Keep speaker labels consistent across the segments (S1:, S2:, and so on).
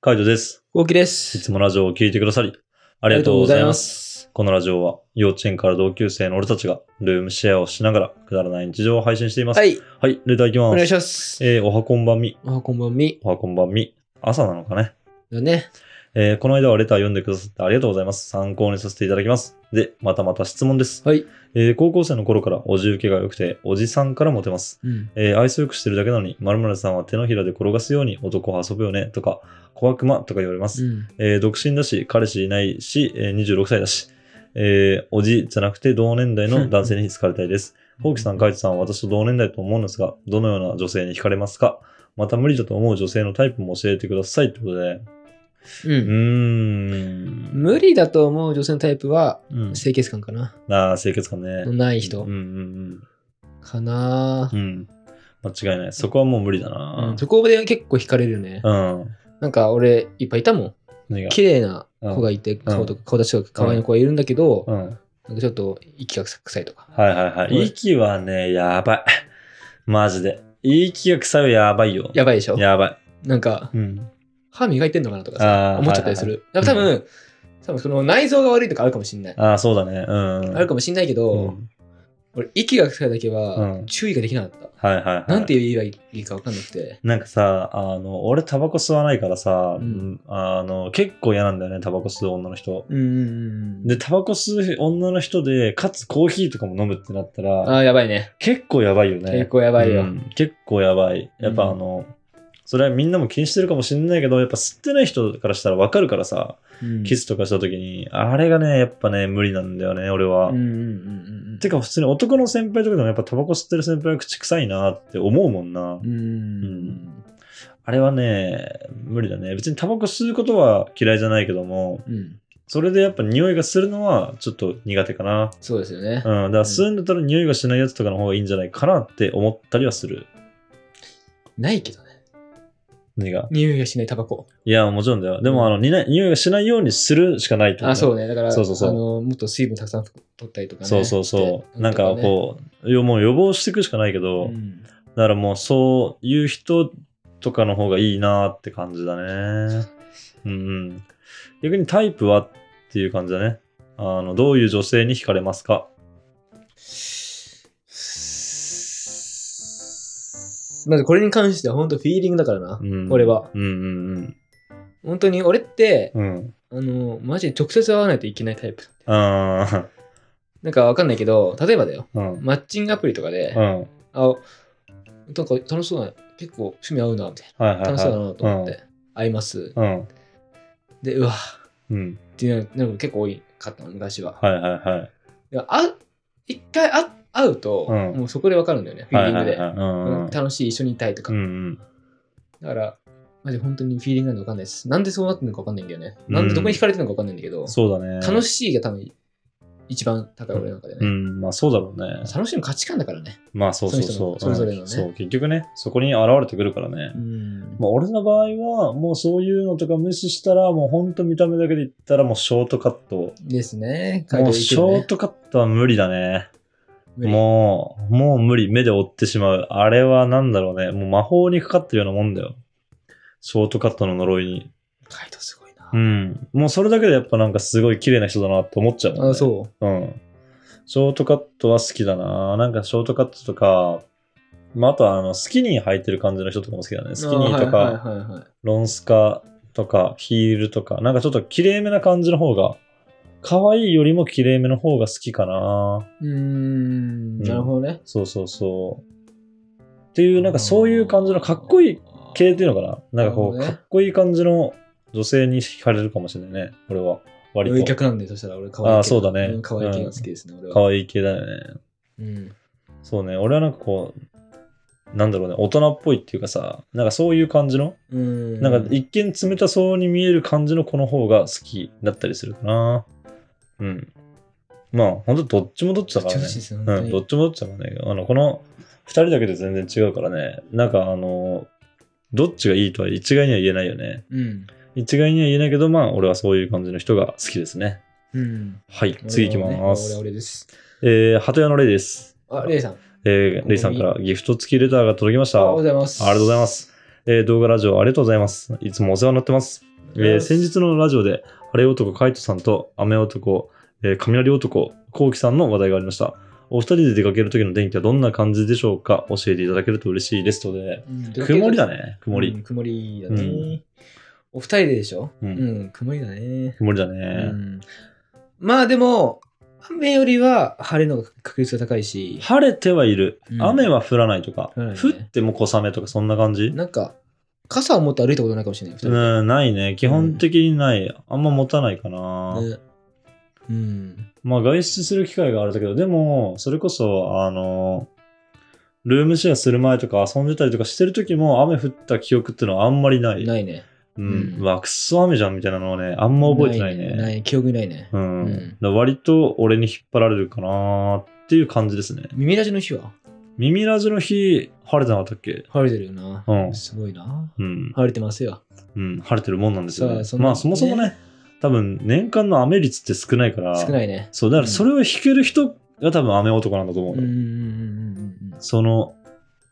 S1: カイトです。
S2: 大木で
S1: い
S2: す。
S1: つもラジオを聞いてくださり、あ
S2: あ
S1: りがとうございます。
S2: す。
S1: このラジオは、幼稚園から同級生の俺たちが、ルームシェアをしながら、くだらない日常を配信しています。
S2: は
S1: はい、
S2: い、
S1: レターいき
S2: お
S1: ます。
S2: 願いします。
S1: えーおはこんばんみ。
S2: あ、こんばんみ。
S1: おはこんばんみ。朝なのかね。
S2: だね。
S1: えーこの間はレター読んでくださってありがとうございます。参考にさせていただきます。で、またまた質問です。
S2: はい。
S1: えー高校生の頃からおじ受けが良くて、おじさんからモテます。
S2: うん。
S1: えー愛想よくしてるだけなのに、〇〇さんは手のひらで転がすように男を遊ぶよね、とか、小悪魔とか言われます
S2: う。ん。
S1: えー独身だし、彼氏いないし、えー26歳だし、えーおじじゃなくて同年代 の男性に好かれたいです。ほうきさん、カイトさんは私と同年代と思うんですが、どのような女性に惹かれますかまた無理だと思う女性のタイプも教えてくださいってことで。
S2: う。
S1: うんーん。
S2: 無理だと思う女性のタイプは、
S1: うん、
S2: 清潔感かな。
S1: ああ、清潔感ね
S2: の。ない
S1: うん
S2: 人
S1: うんうん
S2: かな
S1: うん。う。ん。間違いない。そこはもう無理だ
S2: う。
S1: なん
S2: そこで結構惹かれるよね
S1: う。ん。
S2: なんか俺、いっぱいいたもん。
S1: 何が
S2: 綺麗な子がいて、顔とか顔立ちとか可愛い子がいるんだけど
S1: う、ん。
S2: なんかちょっと息が臭いとか。
S1: はいはいはい。息はね、やばい。マジで。息が臭いはやばいよ。
S2: やばいでしょ
S1: やばい。
S2: なんか、
S1: うん。
S2: 歯磨いてんのかなとかさ、
S1: あー
S2: 思っちゃったりす。る。だから多分、多分その内臓が悪いとかあるかもしんない
S1: は。いはいあーそうだね。うん。
S2: あるかもしんないけ
S1: う
S2: ど、
S1: ん
S2: 俺、息が臭いだけ
S1: う
S2: は
S1: ん
S2: 注意ができなかった。
S1: はいはいはい。
S2: なんて言えばいいか分かんなくて。
S1: なんかさ、あの、俺タバコ吸わないからさ、
S2: うん
S1: あの、結構嫌なんだよね、タバコ吸う女の人。
S2: うんうん
S1: で、タバコ吸う女の人で、かつコーヒーとかも飲むってなった
S2: あ
S1: ら、
S2: あ、やばいね。
S1: 結構やばいよね。
S2: 結構やばいよ。
S1: うん結構やばい。やっぱ
S2: うん
S1: あの、それはみんなも気にしてるかもしれないけど、やっぱ吸ってない人からしたらわかるからさ、
S2: うん
S1: キスとかした時に、あれがね、やっぱね、無理なんだよね、俺は。
S2: うんうんうんうん。
S1: てか普通に男の先輩とかでもやっぱタバコ吸ってる先輩は口臭いなって思うもんな、
S2: うんうん
S1: あれはね無理だね別にタバコ吸うことは嫌いじゃないけども
S2: うんうん。
S1: それでやっぱ匂いがするのはちょっと苦手かな
S2: そうですよね。
S1: うんだから吸うんだったら匂いがしないやつとかの方がいいんじゃないかなって思ったりはする
S2: ないけどね。
S1: 何が
S2: 匂いがしないタバコ。
S1: いやもちろんだよでもあのにな匂いがしないようにするしかないってこと
S2: あ、そうね。だから、
S1: そうそうそう
S2: あのもっと水分たくさん取ったりとかね。
S1: そうそうそうなんか
S2: う
S1: こうよもう予防していくしかないけど、
S2: ん。
S1: だからもうそういう人とかの方がいいなって感じだね。うんうん。逆にタイプはっていう感じだね。あの、どういう女性に惹かれますか
S2: まずこれに関しては本当フィーリングだからな
S1: う。ん。
S2: 俺は。
S1: うんうん
S2: 本当に俺って、
S1: うん。うん。
S2: あの、マジで直接会わないといけないタイプ。
S1: あ
S2: なんかわかんないけど、例えばだよ。
S1: あ。うん。
S2: マッチングアプリとかで、
S1: うん。はい
S2: あ、なんか楽しそうだな。結構趣味合うな、みたい
S1: はい、はい。
S2: な。楽しそうだなと思って、会います。
S1: うん。
S2: で、うわ、
S1: うん。うん。
S2: っていうのが結構多いかったの、昔は。
S1: はいはいはい。
S2: いやあ一回あ会うと、
S1: うん
S2: もうそこで分かるんだよね、フィー
S1: はい
S2: リン
S1: は
S2: グ
S1: い
S2: で。
S1: はい。うんう
S2: うん
S1: ん。
S2: 楽しい、一緒にいたいとか。
S1: うんうん。
S2: だから、マジ本当にフィーリングなんて分かんないです。なんでそうなってるのか分かんないんだよね。
S1: うん
S2: なんでどこに惹かれてるのか分かんないんだけど、
S1: そうだね。
S2: 楽
S1: い。
S2: しいが多分一番高い俺の中でね。
S1: うん。まあそうだろうね。
S2: 楽しむ価値観だからね。
S1: まあそうそうそう。
S2: その人のそれぞれのね
S1: うんそう、結局ね、そこに現れてくるからね。
S2: うん
S1: まあ、俺の場合は、もうそういうのとか無視したら、もうほんと見た目だけで言ったら、もうショートカット。
S2: ですね。
S1: もうショートカットは無理だね。
S2: う。
S1: もう、もう無理。目で追ってしまう。あれはなんだろうね。もう魔法にかかってるようなもんだよ。ショートカットの呪いに。
S2: カイトすごいな
S1: う。ん。もうそれだけでやっぱなんかすごい綺麗な人だなって思っちゃうもんね。
S2: あ、そう。
S1: う。うん。ショートカットは好きだな。なんかショートカットとか、まあ、あとはあの、スキニー履いてる感じの人とかも好きだね。スキニーと
S2: あ
S1: か
S2: はい、はいはいはい
S1: ロンスカとかヒールとか、なんかちょっと綺麗めな感じの方が、可愛いよりも綺麗めの方が好きかな。
S2: うーん、なるほどね。
S1: そうそうそう。っていう、なんかそういう感じのかっこいい系っていうのかな。なんかこう、
S2: なるほど
S1: か
S2: ね
S1: っこいい感じの女性に惹かれるかもしれないね。俺は。割と。
S2: 逆なんで、そしたら俺可愛い系。
S1: あそうだね
S2: ん可愛い系が好きですね、俺は。
S1: 可愛い系だよね。
S2: うん。
S1: そうね。俺はなんかこう、なんだろうね、大人っぽいっていうかさ、なんかそういう感じの、
S2: うん。
S1: なんか一見冷たそうに見える感じの子の方が好きだったりするかな。うん。まあ、ほんとどっちもどっちだから
S2: め
S1: ね
S2: っちゃ欲しい。ですね本
S1: うん、
S2: 当に
S1: どっちもどっちだからね。あの、この二人だけで全然違うからね。なんかあの、どっちがいいとは一概には言えないよね。
S2: うん。
S1: 一概には言えないけど、まあ、俺はそういう感じの人が好きですね。
S2: うん。
S1: はい、次行きま
S2: 俺は
S1: す。
S2: 俺です。
S1: えー、鳩屋のレイです。
S2: あ、レイさん。あり
S1: えーレイさんからギフト付きレターが届きました。
S2: がとうございます。
S1: ありがとうございます。えー動画ラジオありがとうございます。いつもお世話になってます。えー先日のラジオで、晴れ男、カイトさんと雨男、えー雷男、コウキさんの話題がありました。お二人で出かける時の天気はどんな感じでしょうか教えていただけると嬉しいですという
S2: うん
S1: ことで。曇りだね。曇り。
S2: うん曇りだね、
S1: うん
S2: お二人ででしょ、
S1: う
S2: うんん曇りだね、
S1: 曇りだ
S2: う
S1: ね。
S2: ん、まあでも雨よりは晴れの確率が高いし
S1: 晴れてはいる
S2: う。ん
S1: 雨は降らないとか。
S2: 降らないね
S1: 降っても小雨とかそんな感じ
S2: なんか傘を持って歩いたことないかもしれない二人で
S1: うん、ないね。基本的にない。あんま持たないかな。
S2: ねうん
S1: まあ外出する機会があるんだけど、でも、それこそ、あの、ルームシェアする前とか遊んでたりとかしてる時も雨降った記憶ってのはあんまりない。
S2: ないね
S1: うん。
S2: うん
S1: うわ、くっそ雨じゃんみたいなのはね、あんま覚えてないね。
S2: ない記憶にないね、
S1: うん。
S2: うん
S1: だから割と俺に引っ張られるかなっていう感じですね。
S2: 耳ラジの日は
S1: 耳ラジの日、晴れてなかったっけ
S2: 晴れてるよな、
S1: うん
S2: すごいな
S1: うん。
S2: 晴れてますよ
S1: うん。晴れてるもんなんですよ、ね
S2: さあそ。んな
S1: まあそもそもね、多分年間の雨率って少ないから。
S2: 少ないね
S1: そう、だからそれを引ける人が多分雨男なんだと思う
S2: う
S1: の
S2: んうんうんうんうん
S1: その、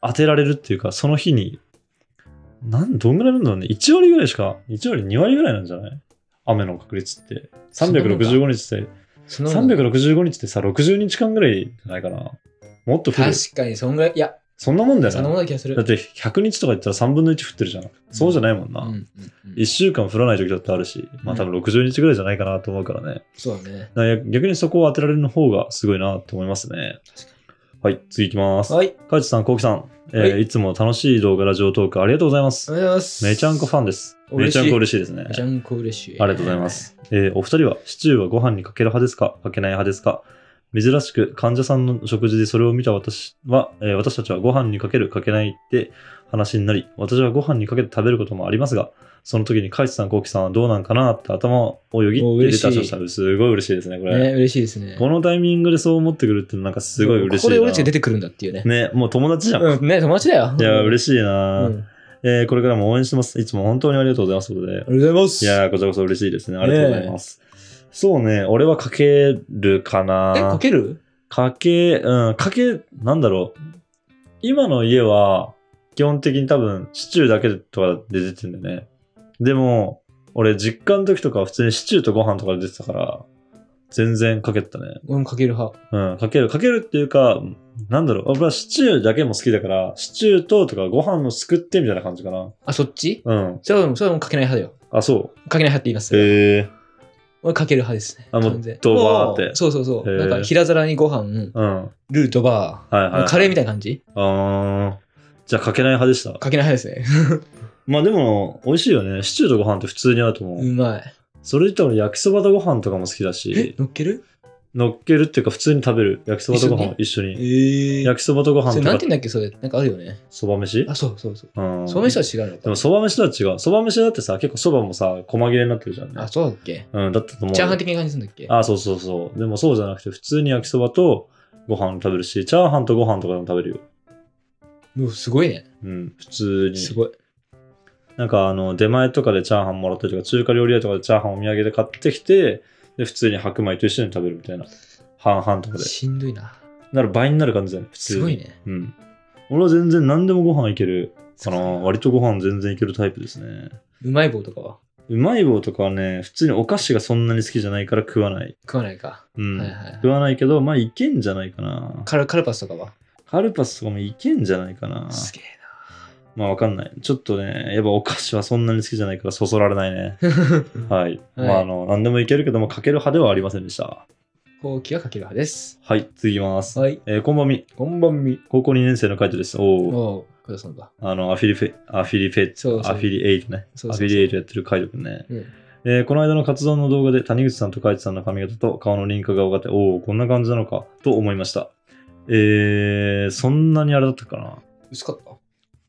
S1: 当てられるっていうか、その日に、なん、どんぐらいなんだろうね。1割ぐらいしか、1割、2割ぐらいなんじゃない雨の確率って。
S2: そんなもんか
S1: 365日って、
S2: その
S1: 365日ってさ、60日間ぐらいじゃないかな。もっと降る。
S2: 確かにそんぐらいいや
S1: そんなもんだ
S2: そ
S1: よ
S2: んなも
S1: な。
S2: んな気がする
S1: だって100日とか言ったら3分の1降ってるじゃん。そうじゃないもん
S2: うんう
S1: な。
S2: んうん
S1: 1週間降らない時だってあるし、まあ多分60日ぐらいじゃないかなと思うからね。
S2: そうだね
S1: だから逆にそこを当てられるの方がすごいなと思いますね。はい、次行きます。
S2: はい
S1: カイチさん、コウキさん、えー、
S2: はいい
S1: つも楽しい動画、ラジオトークありがとうございま
S2: お
S1: す。
S2: はようございます
S1: めちゃんこファンです。め
S2: 嬉し
S1: ちゃ
S2: い
S1: んこ嬉しいですね。
S2: めちゃんこ嬉しい
S1: ありがとうございます。えーお二人はシチューはご飯にかける派ですかかけない派ですか珍しく患者さんの食事でそれを見た私は、えー私たちはご飯にかけるかけないって話になり、私はご飯にかけて食べることもありますが、その時にカイチさん、コウキさんはどうなんかなって頭をよぎって出たとしたら、すごい嬉しいですね、これ。
S2: ね嬉しいですね
S1: このタイミングでそう思ってくるってなんかすごい嬉しいな。
S2: ここで俺たちが出てくるんだっていうね
S1: ね、もう友達じゃん。
S2: うんね友達だよ
S1: いやー、
S2: し
S1: 嬉しい
S2: い
S1: なー、
S2: うん
S1: えーこれからも応援してます。いつも本当にありがとうございます。ということで
S2: ありがとうございます
S1: いやー、こちらこそ嬉しいですね。ありがとうございます。そうね、俺はかけるかな
S2: えかける
S1: かけ、うん、かけ、なんだろう。今の家は、基本的に多分、シチューだけとかで出てんだよね。でも、俺、実家の時とかは普通にシチューとご飯とかで出てたから、全然かけてたね。
S2: うんかける派
S1: うん、かける、かけるっていうか、なんだろう、俺はシチューだけも好きだから、シチューととかご飯のすくってみたいな感じかな。
S2: あそっち
S1: うん。
S2: それはもうそれはもうかけない派だよ
S1: あ、そ
S2: かけない派って言います
S1: う。へえ。
S2: 俺かける派ですね
S1: あもう
S2: 完全
S1: ドバーって
S2: もうそうそうそ
S1: へ
S2: う
S1: ー
S2: なんか平皿にご飯
S1: うん。はい
S2: ルードバ
S1: はい、は
S2: ー
S1: い。
S2: カレーみたいな感じ
S1: あーじゃあかけない派でした。
S2: かけない派ですね
S1: まあでも、美味しいよね。シチューとご飯って普通に合うと思う。
S2: うまい
S1: それ言ったら俺焼きそばとご飯とかも好きだ
S2: え
S1: し、
S2: 乗っける
S1: 乗っけるっていうか普通に食べる。焼きそばとご飯一緒に。
S2: ええ
S1: 焼きそばとご
S2: そ
S1: 飯
S2: れ
S1: と
S2: な
S1: か
S2: んて言うんだっけそれなんかあるよね
S1: そば飯
S2: あそうそうそう
S1: うん。
S2: その人は違うの
S1: で
S2: か
S1: もそば飯とは違う。そば飯だってさ、結構そばもさ、細切れになってるじゃんね
S2: あ。そうだっけ
S1: うん、だったと思うよ。
S2: チャーハン的な感じするんだっけ
S1: あ、そうそうそう。でもそうじゃなくて、普通に焼きそばとご飯食べるし、チャーハンとご飯とかでも食べるよ。
S2: もうすごいね
S1: うん、普通に。
S2: すごい
S1: なんかあの、出前とかでチャーハンもらったりとか、中華料理屋とかでチャーハンお土産で買ってきて、で、普通に白米と一緒に食べるみたいな。半々とかで。
S2: しんどいな
S1: なら倍になる感じだね、普通に。
S2: すごい。ね
S1: うん。俺は全然何でもご飯いけるかな。割とご飯全然いけるタイプですね。
S2: うまい棒とかは
S1: うまい棒とかはね、普通にお菓子がそんなに好きじゃないから食わない。
S2: 食わないか
S1: うん。
S2: はいはい
S1: 食わないけど、まあいけんじゃないかな。
S2: カルカルパスとかは
S1: カルパスとかもいけんじゃないかな。
S2: すげえ
S1: まあわかんない。ちょっとね、やっぱお菓子はそんなに好きじゃないからそそられない ね。
S2: な
S1: はい。まああの、何でもいけるけども、かける派ではありませんでした。
S2: 後期はかける派です
S1: はい、次いきます。
S2: はい
S1: えーこんばんみ。
S2: こんばんみ
S1: 高校2年生のカイトです。おお。
S2: おう加藤さんだ
S1: あの、アフィリフェ、アフィリフェ、
S2: そうそう
S1: アフィリエイトね。
S2: そう
S1: ア
S2: そう
S1: フ
S2: そう
S1: ィリエイトやってるカイトくんね。
S2: うん
S1: えーこの間の活動の動画で谷口さんとカイトさんの髪型と顔の輪郭が分かって、おお、こんな感じなのか、と思いました。えー、そんなにあれだったかな
S2: 薄かった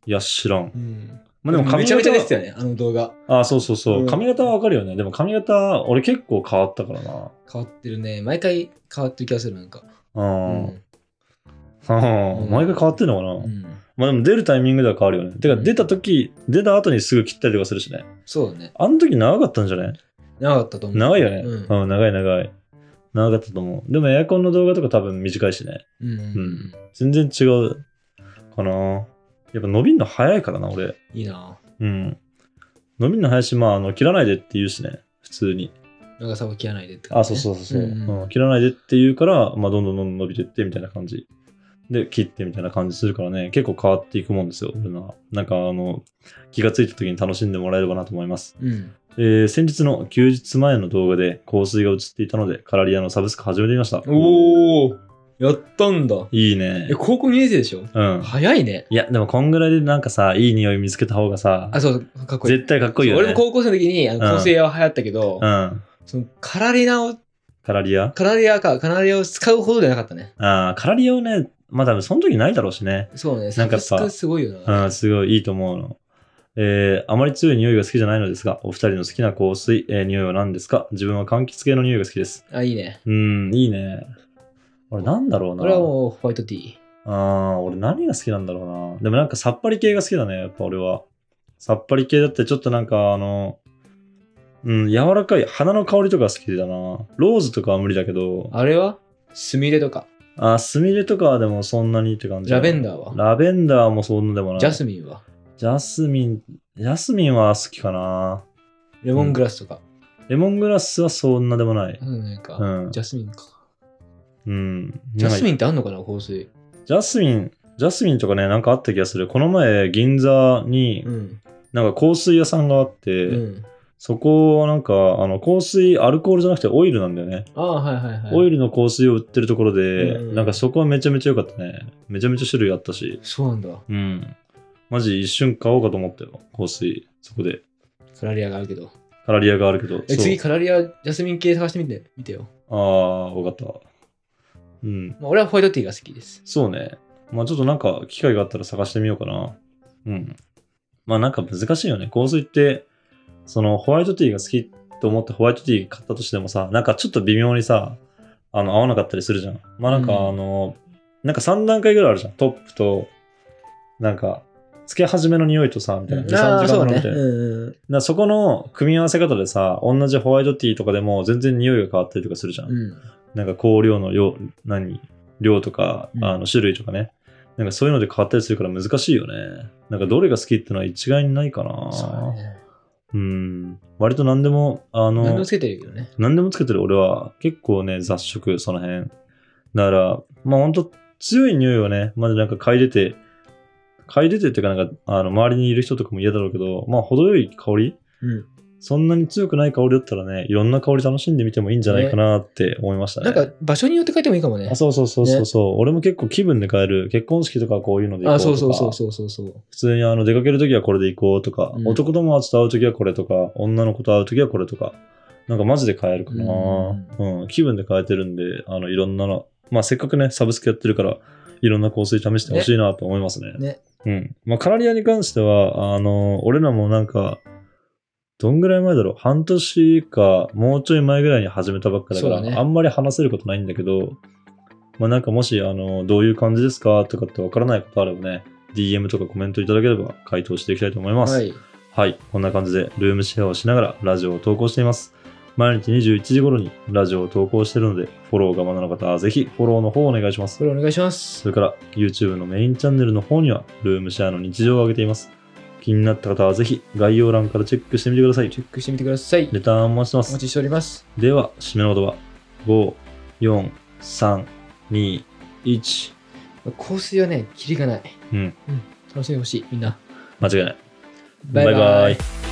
S1: いや、知らん。
S2: うん
S1: まあでも髪型は
S2: めちゃめちゃですよねあの動画
S1: あ、そうそうそう。
S2: うん
S1: 髪型はわかるよね。でも髪型、俺結構変わったからな。
S2: 変わってるね毎回変わってる気がするなんか
S1: うん。
S2: うん
S1: ああ、
S2: うん
S1: 毎回変わってんのかな、
S2: うん
S1: まあでも出るタイミングでは変わるよね。てか
S2: うん
S1: 出た時、出た後にすぐ切ったりとかするしね。
S2: そうだね
S1: あの時長かったんじゃない
S2: 長かったと思う
S1: 長いよね。
S2: うん
S1: うん、長い長い。長かったと思う。でもエアコンの動画とか多分短いしね。
S2: うんうんうん
S1: 全然違うかな。やっぱ伸びんの早いからな、俺。
S2: いいな
S1: うん。飲みの林、まあ、あの、切らないでって言うしね、普通に。
S2: 長さは切らないでって
S1: あ、そうそうそうそう、
S2: うんうん
S1: うん切らないでって言うから、まあ、どんどんどんどん伸びてってみたいな感じ。で、切ってみたいな感じするからね、結構変わっていくもんですよ、俺のは。なんか、あの、気がついた時に楽しんでもらえればなと思います。
S2: う。うん。
S1: えー先日の休日前の動画で香水が映っていたので、カラリアのサブスク始めてみました。
S2: おー、やったんだ。
S1: いいね
S2: え、。高校2年生でしょ
S1: うん。
S2: 早いね。
S1: いや、でもこんぐらいでなんかさ、いい匂い見つけた方がさ、
S2: あ、そう、かっこいい。
S1: 絶対かっこいいよね。
S2: 俺も高校生の時に、あの、
S1: うん
S2: 香水屋は流行ったけど、
S1: うん。
S2: その、カラリナを、
S1: カラリア
S2: カラリアか、カラリアを使うほどじゃなかったね。
S1: ああ、カラリアをね、まあ多分その時ないだろうしね。
S2: そう
S1: な
S2: ね、
S1: んかやっぱ
S2: サブスクすごいよな。
S1: うん、すごいいいと思うの。えー、あまり強い匂いが好きじゃないのですが、お二人の好きな香水、えー匂いは何ですか自分は柑橘系の匂いが好きです。
S2: あ、いいね。
S1: うん、いいね。俺なんだろうな。
S2: 俺はもう、ホワイトティー。
S1: ああ、俺何が好きなんだろうな。でもなんかさっぱり系が好きだね、やっぱ俺は。さっぱり系だってちょっとなんかあの、うん、柔らかい花の香りとか好きだな。ローズとかは無理だけど、
S2: あれはスミレとか、
S1: あ、スミレとかはでもそんなにって感じ。
S2: ラベンダーは、
S1: ラベンダーもそんなでもない。
S2: ジャスミンは、
S1: ジャスミン、ジャスミンは好きかな。
S2: レモングラスとか。
S1: レモングラスはそんなでもない。
S2: うん、なんか、
S1: うん
S2: ジャスミンか。
S1: うん。
S2: ジャスミ
S1: ン
S2: ンってあんのかな、香水。
S1: ジャスミン、ジャスミンとかね、なんかあった気がする。この前、銀座に
S2: う、ん。
S1: なんか香水屋さんがあって、
S2: うん。
S1: そこはなんか、あの、香水、アルコールじゃなくてオイルなんだよね。
S2: ああ、はいはいはい。
S1: オイルの香水を売ってるところで、
S2: うん
S1: なんかそこはめちゃめちゃ良かったね。めちゃめちゃ種類あったし。
S2: そうなんだ。
S1: うん。マジ一瞬買おうかと思ったよ。香水。そこで。
S2: カラリアがあるけど。
S1: カラリアがあるけど。
S2: え、
S1: そう
S2: 次、カラリア、ジャスミン系探してみて、見てよ。
S1: ああ、わかった。うん。
S2: まあ、俺はホワイトティーが好きです。
S1: そうね。まあちょっとなんか機会があったら探してみようかな。うん。まあなんか難しいよね。香水って、そのホワイトティーが好きと思ってホワイトティー買ったとしてもさ、なんかちょっと微妙にさ、あの合わなかったりするじゃん。まあなんか
S2: うん
S1: あの、なんか3段階ぐらいあるじゃん。トップと、なんか、つけ始めの匂いとさ、みたいな。2、3
S2: ああ、
S1: 時間
S2: そ
S1: 後の
S2: うね
S1: み。たいな。
S2: うんうん。
S1: なそこの組み合わせ方でさ、同じホワイトティーとかでも全然匂いが変わったりとかするじゃん。
S2: うん。
S1: なんか香料の量、何量とか、
S2: うん
S1: あの種類とかね。なんかそういうので変わったりするから難しいよね。なんかどれが好きってのは一概にないかな。
S2: そうだね。
S1: うん。割と何でも、あ
S2: 何でも
S1: の
S2: つ、けてるけどね。
S1: 何でもつけてる俺は結構ね、雑食、その辺。だから、まあ本当強い匂いをね、まだなんか嗅いでて、嗅いでてっていうかなんか、あの、周りにいる人とかも嫌だろうけど、まあ程よい香り
S2: うん。
S1: そんなに強くない香りだったらね、いろんな香り楽しんでみてもいいんじゃないかなって思いましたね。
S2: なんか、場所によって書いてもいいかもね
S1: あ。そうそうそうそうそう、俺も結構気分で変える結婚式とかはこういうので行こ
S2: あ、
S1: うとか
S2: そうそうそうそうそうそう。
S1: 普通にあの出かける時はこれで行こうとか、
S2: うん
S1: 男友達と会う時はこれとか女の子と会う時はこれとかなんかマジで変えるかな、うん気分で変えてるんであのいろんなのまあせっかくねサブスクやってるからいろんな香水試してほしいなと思いますね
S2: ね
S1: うんまあカラリアに関してはあの俺らもなんかどんぐらい前だろう半年かもうちょい前ぐらいに始めたばっかだから
S2: そうだね
S1: あんまり話せることないんだけどまあなんかもしあのどういう感じですかとかってわからないことあればね DM とかコメントいただければ回答していきたいと思います。
S2: は
S1: はい、
S2: い。
S1: こんな感じでルームシェアをしながらラジオを投稿しています。毎日21時頃にラジオを投稿しているので、フォローがまだの方はぜひフォローの方をお願いします
S2: こ。れお願いします。
S1: それから YouTube のメインチャンネルの方にはルームシェアの日常を上げています。気になった方はぜひ概要欄からチェックしてみてください。
S2: チェックしてみてください。
S1: レターンお待ちしてま
S2: お
S1: す
S2: 待。ちしております。
S1: では、締めの言葉。5、4、3、2、1。
S2: 香水はね、キリがない。
S1: うん。
S2: 楽しんでほしい、みんな。
S1: 間違いない。
S2: バイバイ。
S1: バイバイ